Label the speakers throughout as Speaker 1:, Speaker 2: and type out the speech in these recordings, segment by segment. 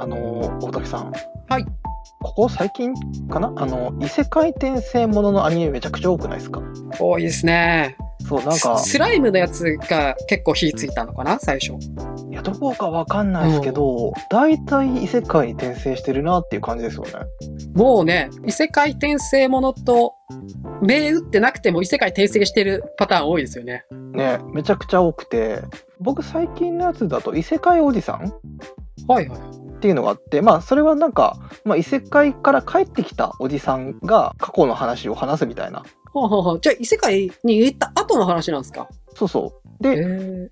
Speaker 1: あのー大竹さん
Speaker 2: はい
Speaker 1: ここ最近かなあの異世界転生もののアニメめちゃくちゃ多くないですか
Speaker 2: 多いですね。
Speaker 1: そうなんか
Speaker 2: ススライムのやつが結構火ついたのかな、最初。
Speaker 1: いやどこかわかんないですけど、大体異世界に転生してるなっていう感じですよね
Speaker 2: もうね、異世界転生ものと、銘打ってなくても異世界転生してるパターン多いですよね。
Speaker 1: ねめちゃくちゃ多くて僕最近のやつだと異世界おじさん
Speaker 2: はいはい。
Speaker 1: っていうのがあってまあそれはなんか、まあ、異世界から帰ってきたおじさんが過去の話を話すみたいな
Speaker 2: ほうほうほうじゃあ異世界に行った後の話なんですか
Speaker 1: そうそう
Speaker 2: へ
Speaker 1: で、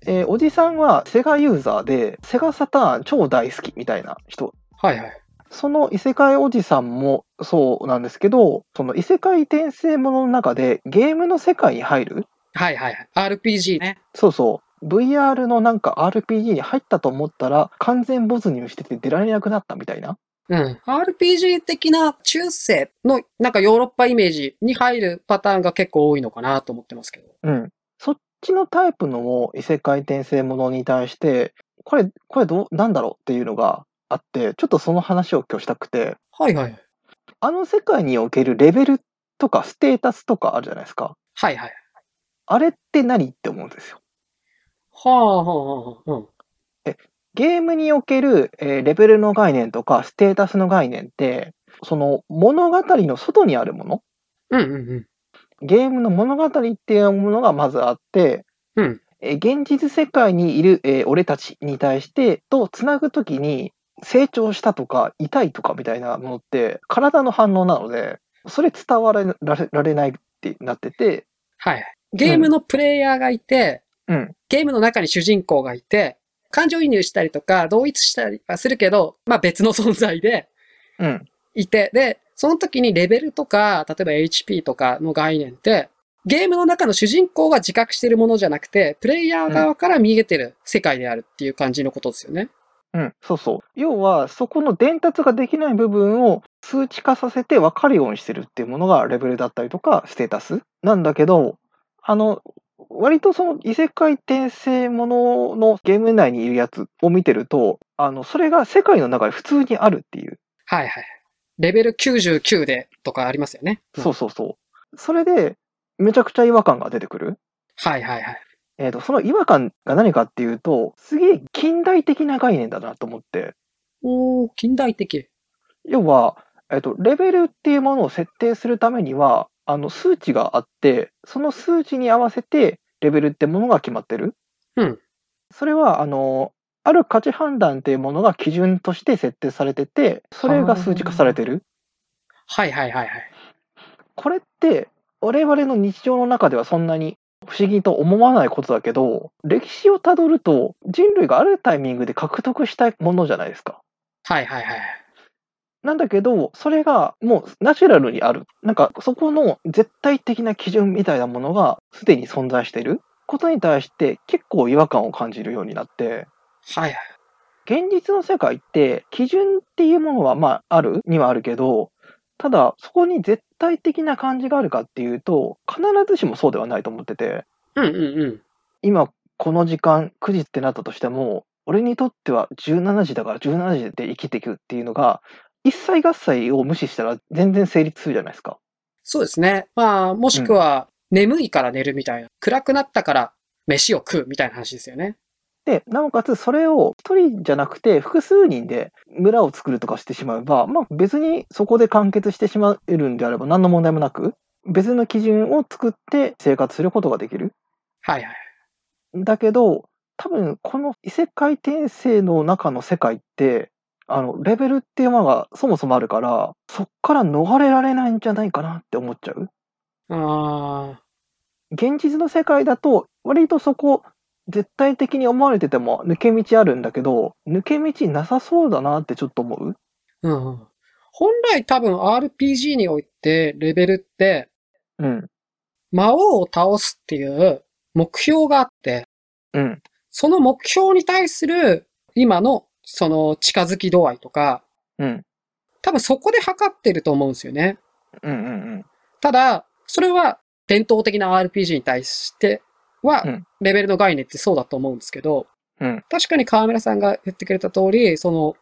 Speaker 2: え。
Speaker 1: えーおじさんはセガユーザーでセガサターン超大好きみたいな人
Speaker 2: はいはい。
Speaker 1: その異世界おじさんもそうなんですけどその異世界転生ものの中でゲームの世界に入る
Speaker 2: はいはいはい。RPG ね。
Speaker 1: そうそう。VR のなんか RPG に入ったと思ったら完全没入してて出られなくなったみたいな。
Speaker 2: うん。RPG 的な中世のなんかヨーロッパイメージに入るパターンが結構多いのかなと思ってますけど。
Speaker 1: うん。そっちのタイプのも異世界転生ものに対して、これ、これどう、なんだろうっていうのがあって、ちょっとその話を今日したくて、
Speaker 2: はいはい。
Speaker 1: あの世界におけるレベルとかステータスとかあるじゃないですか。
Speaker 2: はいはい。
Speaker 1: あれって何って思うんですよ。
Speaker 2: はあはあはあ。うん。
Speaker 1: ゲームにおける、えーレベルの概念とかステータスの概念って、その物語の外にあるもの
Speaker 2: うんうんうん。
Speaker 1: ゲームの物語っていうものがまずあって、
Speaker 2: うん
Speaker 1: えー現実世界にいる、えー俺たちに対してとつなぐときに成長したとか痛いとかみたいなものって体の反応なのでそれ伝わられられないってなってて、
Speaker 2: はい。ゲームのプレイヤーがいて、
Speaker 1: うん、
Speaker 2: ゲームの中に主人公がいて、感情移入したりとか、同一したりはするけど、まあ別の存在で
Speaker 1: うん、
Speaker 2: いて、で、その時にレベルとか、例えば HP とかの概念って、ゲームの中の主人公が自覚してるものじゃなくて、プレイヤー側から見えてる世界であるっていう感じのことですよね。
Speaker 1: うん、そうそう要はそこの伝達ができない部分を数値化させて分かるようにしてるっていうものがレベルだったりとかステータスなんだけどあの割とその異世界転生もののゲーム内にいるやつを見てるとあのそれが世界の中で普通にあるっていう、
Speaker 2: はいはい。レベル99でとかありますよね。
Speaker 1: そううそうそうそれでめちゃくちゃ違和感が出てくる、
Speaker 2: ん。はいはいはい。
Speaker 1: えー、とその違和感が何かっていうとすげえ近代的な概念だなと思って
Speaker 2: おー、近代的。
Speaker 1: 要は、えっと、レベルっていうものを設定するためにはあの数値があってその数値に合わせてレベルってものが決まってる、
Speaker 2: うん
Speaker 1: それはあのある価値判断っていうものが基準として設定されててそれが数値化されてる
Speaker 2: はいはいはいはい。
Speaker 1: これって我々の日常の中ではそんなに不思議と思わないことだけど歴史をたどると人類があるタイミングで獲得したものじゃないですか。
Speaker 2: はいはいはい。
Speaker 1: なんだけど、それがもうナチュラルにある。なんかそこの絶対的な基準みたいなものがすでに存在していることに対して結構違和感を感じるようになって、
Speaker 2: はいはい。
Speaker 1: 現実の世界って基準っていうものはまああるにはあるけど、ただそこに絶対的な感じがあるかっていうと、必ずしもそうではないと思ってて、
Speaker 2: うんうんうん。
Speaker 1: 今この時間9時ってなったとしても俺にとっては17時だから17時で生きていくっていうのが一切合切を無視したら全然成立するじゃないですか。
Speaker 2: そうですね。まあ、もしくは、眠いから寝るみたいな。暗くなったから飯を食うみたいな話ですよね。
Speaker 1: でなおかつそれを一人じゃなくて複数人で村を作るとかしてしまえば、まあ、別にそこで完結してしまえるんであれば何の問題もなく別の基準を作って生活することができる。
Speaker 2: はいはい。
Speaker 1: だけど、多分この異世界転生の中の世界って、あの、レベルっていうものがそもそもあるから、そっから逃れられないんじゃないかなって思っちゃう。
Speaker 2: あ
Speaker 1: 現実の世界だと、割とそこ、絶対的に思われてても抜け道あるんだけど、抜け道なさそうだなってちょっと思う。
Speaker 2: あ、うんうん。本来多分 RPG においてレベルって
Speaker 1: うん。
Speaker 2: 魔王を倒すっていう目標があって、
Speaker 1: うん。
Speaker 2: その目標に対する今のその近づき度合いとか、
Speaker 1: うん。
Speaker 2: 多分そこで測ってると思うんですよね。
Speaker 1: うんうん
Speaker 2: ただ、それは伝統的な RPG に対しては
Speaker 1: うん、
Speaker 2: レベルの概念ってそうだと思うんですけど、
Speaker 1: うん
Speaker 2: 確かに河村さんが言ってくれた通り、その、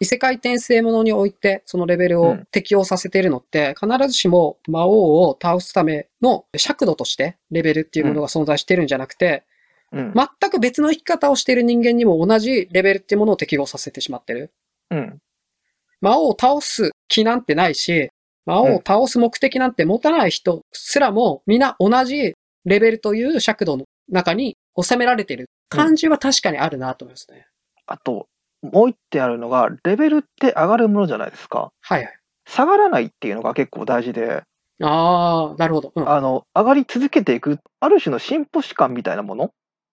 Speaker 2: 異世界転生ものにおいて、そのレベル
Speaker 1: う
Speaker 2: を
Speaker 1: ん
Speaker 2: 適用させているのって、必ずしも魔王を倒すための尺度として、レベルっていうものが存在してるんじゃなくて、
Speaker 1: うん。うん。
Speaker 2: 全く別の生き方をしている人間にも同じレベルっていうものを適合させてしまってる。
Speaker 1: うん。
Speaker 2: 魔王を倒す気なんてないし、魔王を倒す目的なんて持たない人すらも、皆同じレベルという尺度の中に収められてる感じは確かにあるなと思いますね。
Speaker 1: あと、もう一点あるのが、レベルって上がるものじゃないですか。
Speaker 2: はいはい。
Speaker 1: 下がらないっていうのが結構大事で、
Speaker 2: ああ、なるほど。うん。はい
Speaker 1: あの、上がり続けていく、ある種の進歩史観みたいなもの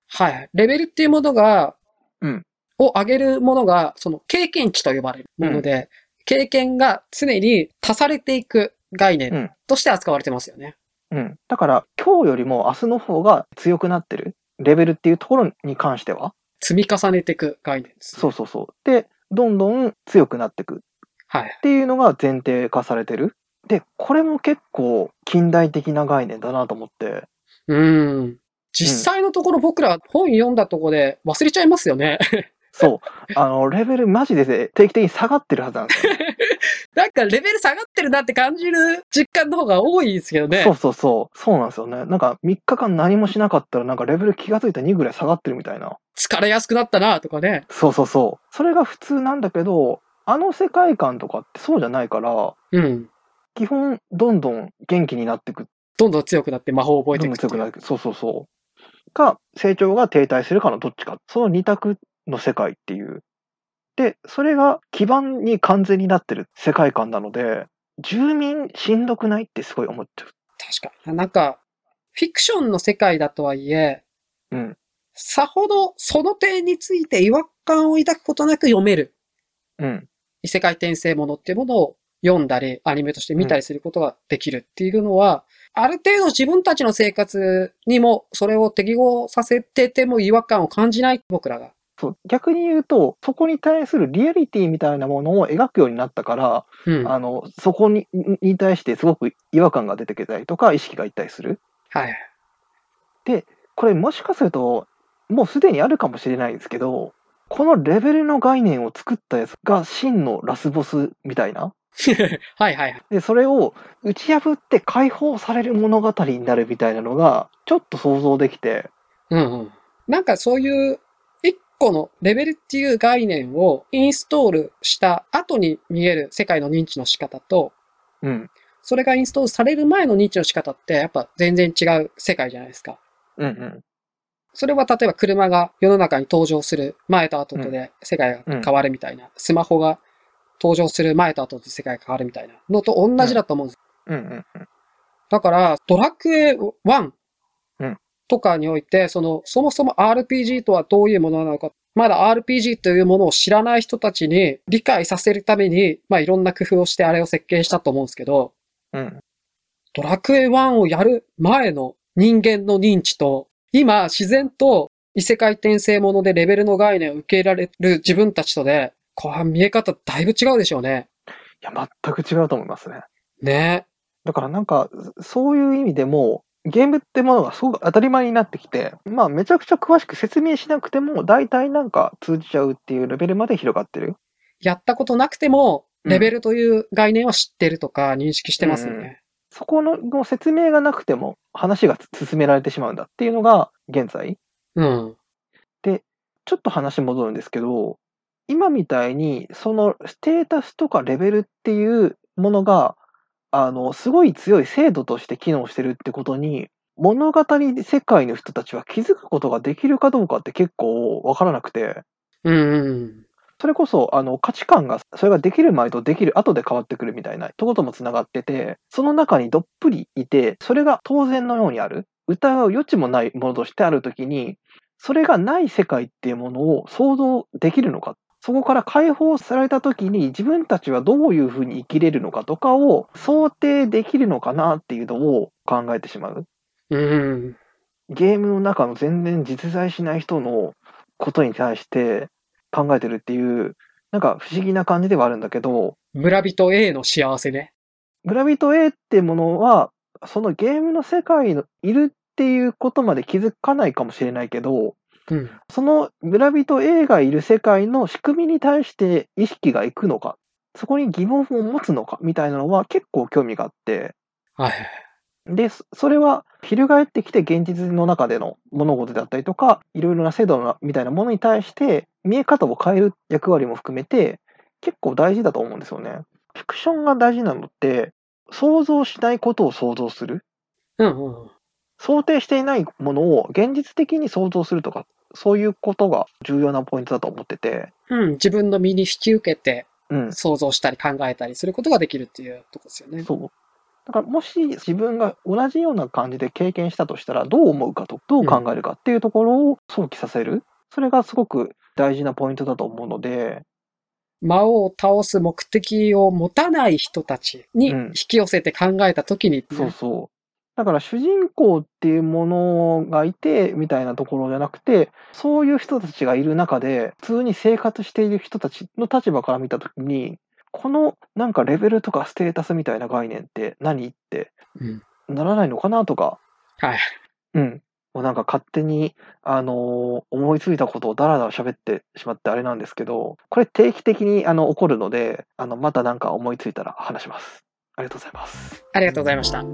Speaker 2: はい。レベルっていうものが、
Speaker 1: うん
Speaker 2: を上げるものが、その経験値と呼ばれるもので、経験が常に足されていく概
Speaker 1: う
Speaker 2: 念
Speaker 1: ん
Speaker 2: として扱われてますよね。
Speaker 1: うん。だから、今日よりも明日の方が強くなってる。レベルっていうところに関しては。
Speaker 2: 積み重ねていく概念ですね、
Speaker 1: そうそうそう。で、どんどん強くなっていく。
Speaker 2: はい。
Speaker 1: っていうのが前提化されてる。で、これも結構近代的な概念だなと思って。
Speaker 2: うん。実際のところ僕ら本読んだとこで忘れちゃいますよね。
Speaker 1: そう。あの、レベルマジでね定期的に下がってるはずなんですよ。
Speaker 2: なんかレベル下がってるなって感じる実感の方が多いですけどね
Speaker 1: そう。そうそう。そうなんですよね。なんか3日間何もしなかったらなんかレベル気がついた2ぐらい下がってるみたいな。
Speaker 2: 疲れやすくなったなとかね。
Speaker 1: そうそうそう。それが普通なんだけど、あの世界観とかってそうじゃないから、
Speaker 2: うん。
Speaker 1: 基本どんどん元気になっていく。
Speaker 2: どんどん強くなって魔法を覚え
Speaker 1: ど
Speaker 2: て
Speaker 1: ん
Speaker 2: い
Speaker 1: ど
Speaker 2: く
Speaker 1: ん強
Speaker 2: っていう
Speaker 1: くなっていく。そうそうそう。か、成長が停滞するかのどっちか。その二択の世界っていう。で、それが基盤に完全になってる世界観なので、住民しんどくないってすごい思っちゃう。
Speaker 2: 確かに。なんか、フィクションの世界だとはいえ、
Speaker 1: うん。
Speaker 2: さほどその点について違和感を抱くことなく読める
Speaker 1: うん。
Speaker 2: 異世界転生ものっていうものを読んだり、アニメとして見たりすることができるっていうのは、ある程度自分たちの生活にもそれを適合させてても違和感を感じない僕らが。
Speaker 1: そう。逆に言うと、そこに対するリアリティみたいなものを描くようになったから、
Speaker 2: うん。は
Speaker 1: あの、そこに、に対してすごく違和感が出てきたりとか、意識がいったりする。
Speaker 2: い。
Speaker 1: これもしかすると、もうすでにあるかもしれないですけど、このレベルの概念を作ったやつが真のラスボスみたいな。
Speaker 2: はいはいはい。
Speaker 1: で、それを打ち破って解放される物語になるみたいなのが、ちょっと想像できて、
Speaker 2: うんうん。なんかそういう、一個のレベルっていう概念をインストールした後に見える世界の認知の仕方と、
Speaker 1: うん、
Speaker 2: それがインストールされる前の認知の仕方って、やっぱ全然違う世界じゃないですか。
Speaker 1: うん、うん、
Speaker 2: それは例えば車が世の中に登場する前と後とで世界が変わるみたいな、スマホが登場する前と後とで世界が変わるみたいなのと同じだと思うんです。
Speaker 1: うん、うん、
Speaker 2: だから、ドラクエ1
Speaker 1: うん
Speaker 2: とかにおいて、その、そもそも RPG とはどういうものなのか、まだ RPG というものを知らない人たちに理解させるために、まあいろんな工夫をしてあれを設計したと思うんですけど、
Speaker 1: うん、
Speaker 2: ドラクエ1をやる前の人間の認知と、今自然と異世界転生ものでレベルの概念を受け入れられる自分たちとで、これは見え方だいぶ違うでしょうね。
Speaker 1: いや、全く違うと思いますね。
Speaker 2: ね
Speaker 1: だからなんか、そういう意味でも、ゲームってものがすごく当たり前になってきて、まあ、めちゃくちゃ詳しく説明しなくても、大体なんか通じちゃうっていうレベルまで広がってる。
Speaker 2: やったことなくても、
Speaker 1: うん
Speaker 2: レベルという概念は知ってるとか認識してますよね。
Speaker 1: そこのの説明がなくても話が進められてしまうんだっていうのが現在。
Speaker 2: うん。
Speaker 1: ちょっと話戻るんですけど、今みたいにそのステータスとかレベルっていうものが、あの、すごい強い制度として機能してるってことに、物語世界の人たちは気づくことができるかどうかって結構わからなくて、
Speaker 2: うんうん。
Speaker 1: それこそ、あの、価値観が、それができる前とできる後で変わってくるみたいなとこともつながってて、その中にどっぷりいて、それが当然のようにある、疑う余地もないものとしてあるときに、それがない世界っていうものを想像できるのか、そこから解放されたときに自分たちはどういうふうに生きれるのかとかを想定できるのかなっていうのを考えてしまう。
Speaker 2: うん。
Speaker 1: ゲームの中の全然実在しない人のことに対して考えてるっていう、なんか不思議な感じではあるんだけど、
Speaker 2: 村人 A の幸せね。
Speaker 1: グラビット A ってものは、そのゲームの世界のいるっていうことまで気づかないかもしれないけど、
Speaker 2: うん。
Speaker 1: そのグラビット A がいる世界の仕組みに対して意識がいくのか、そこに疑問を持つのかみたいなのは結構興味があって、
Speaker 2: はい。
Speaker 1: で、そそれは翻ってきて現実の中での物事であったりとか、いろいろな制度のみたいなものに対して見え方を変える役割も含めて結構大事だと思うんですよね。フィクションが大事なのって、想像しないことを想像する。
Speaker 2: うんうんうん。
Speaker 1: 想定していないものを現実的に想像するとか、そういうことが重要なポイントだと思ってて、
Speaker 2: うん、自分の身に引き受けて
Speaker 1: うん。
Speaker 2: 想像したり考えたりすることができるっていうとこですよね。
Speaker 1: そう。だからもし自分が同じような感じで経験したとしたらどう思うかとどう考えるかっていうところを想起させる、それがすごく大事なポイントだと思うので
Speaker 2: 魔王を倒す目的を持たない人たちに
Speaker 1: うん
Speaker 2: 引き寄せて考えた時に、
Speaker 1: そうそうだから主人公っていうものがいてみたいなところじゃなくてそういう人たちがいる中で普通に生活している人たちの立場から見た時にこのなんかレベルとかステータスみたいな概念って何って
Speaker 2: うん
Speaker 1: ならないのかなとか
Speaker 2: はい。
Speaker 1: うん。もうなんか勝手に、あのー思いついたことをダラダラ喋ってしまってあれなんですけど、これ定期的にあの起こるので、あの、またなんか思いついたら話します。ありがとうございます。
Speaker 2: ありがとうございました。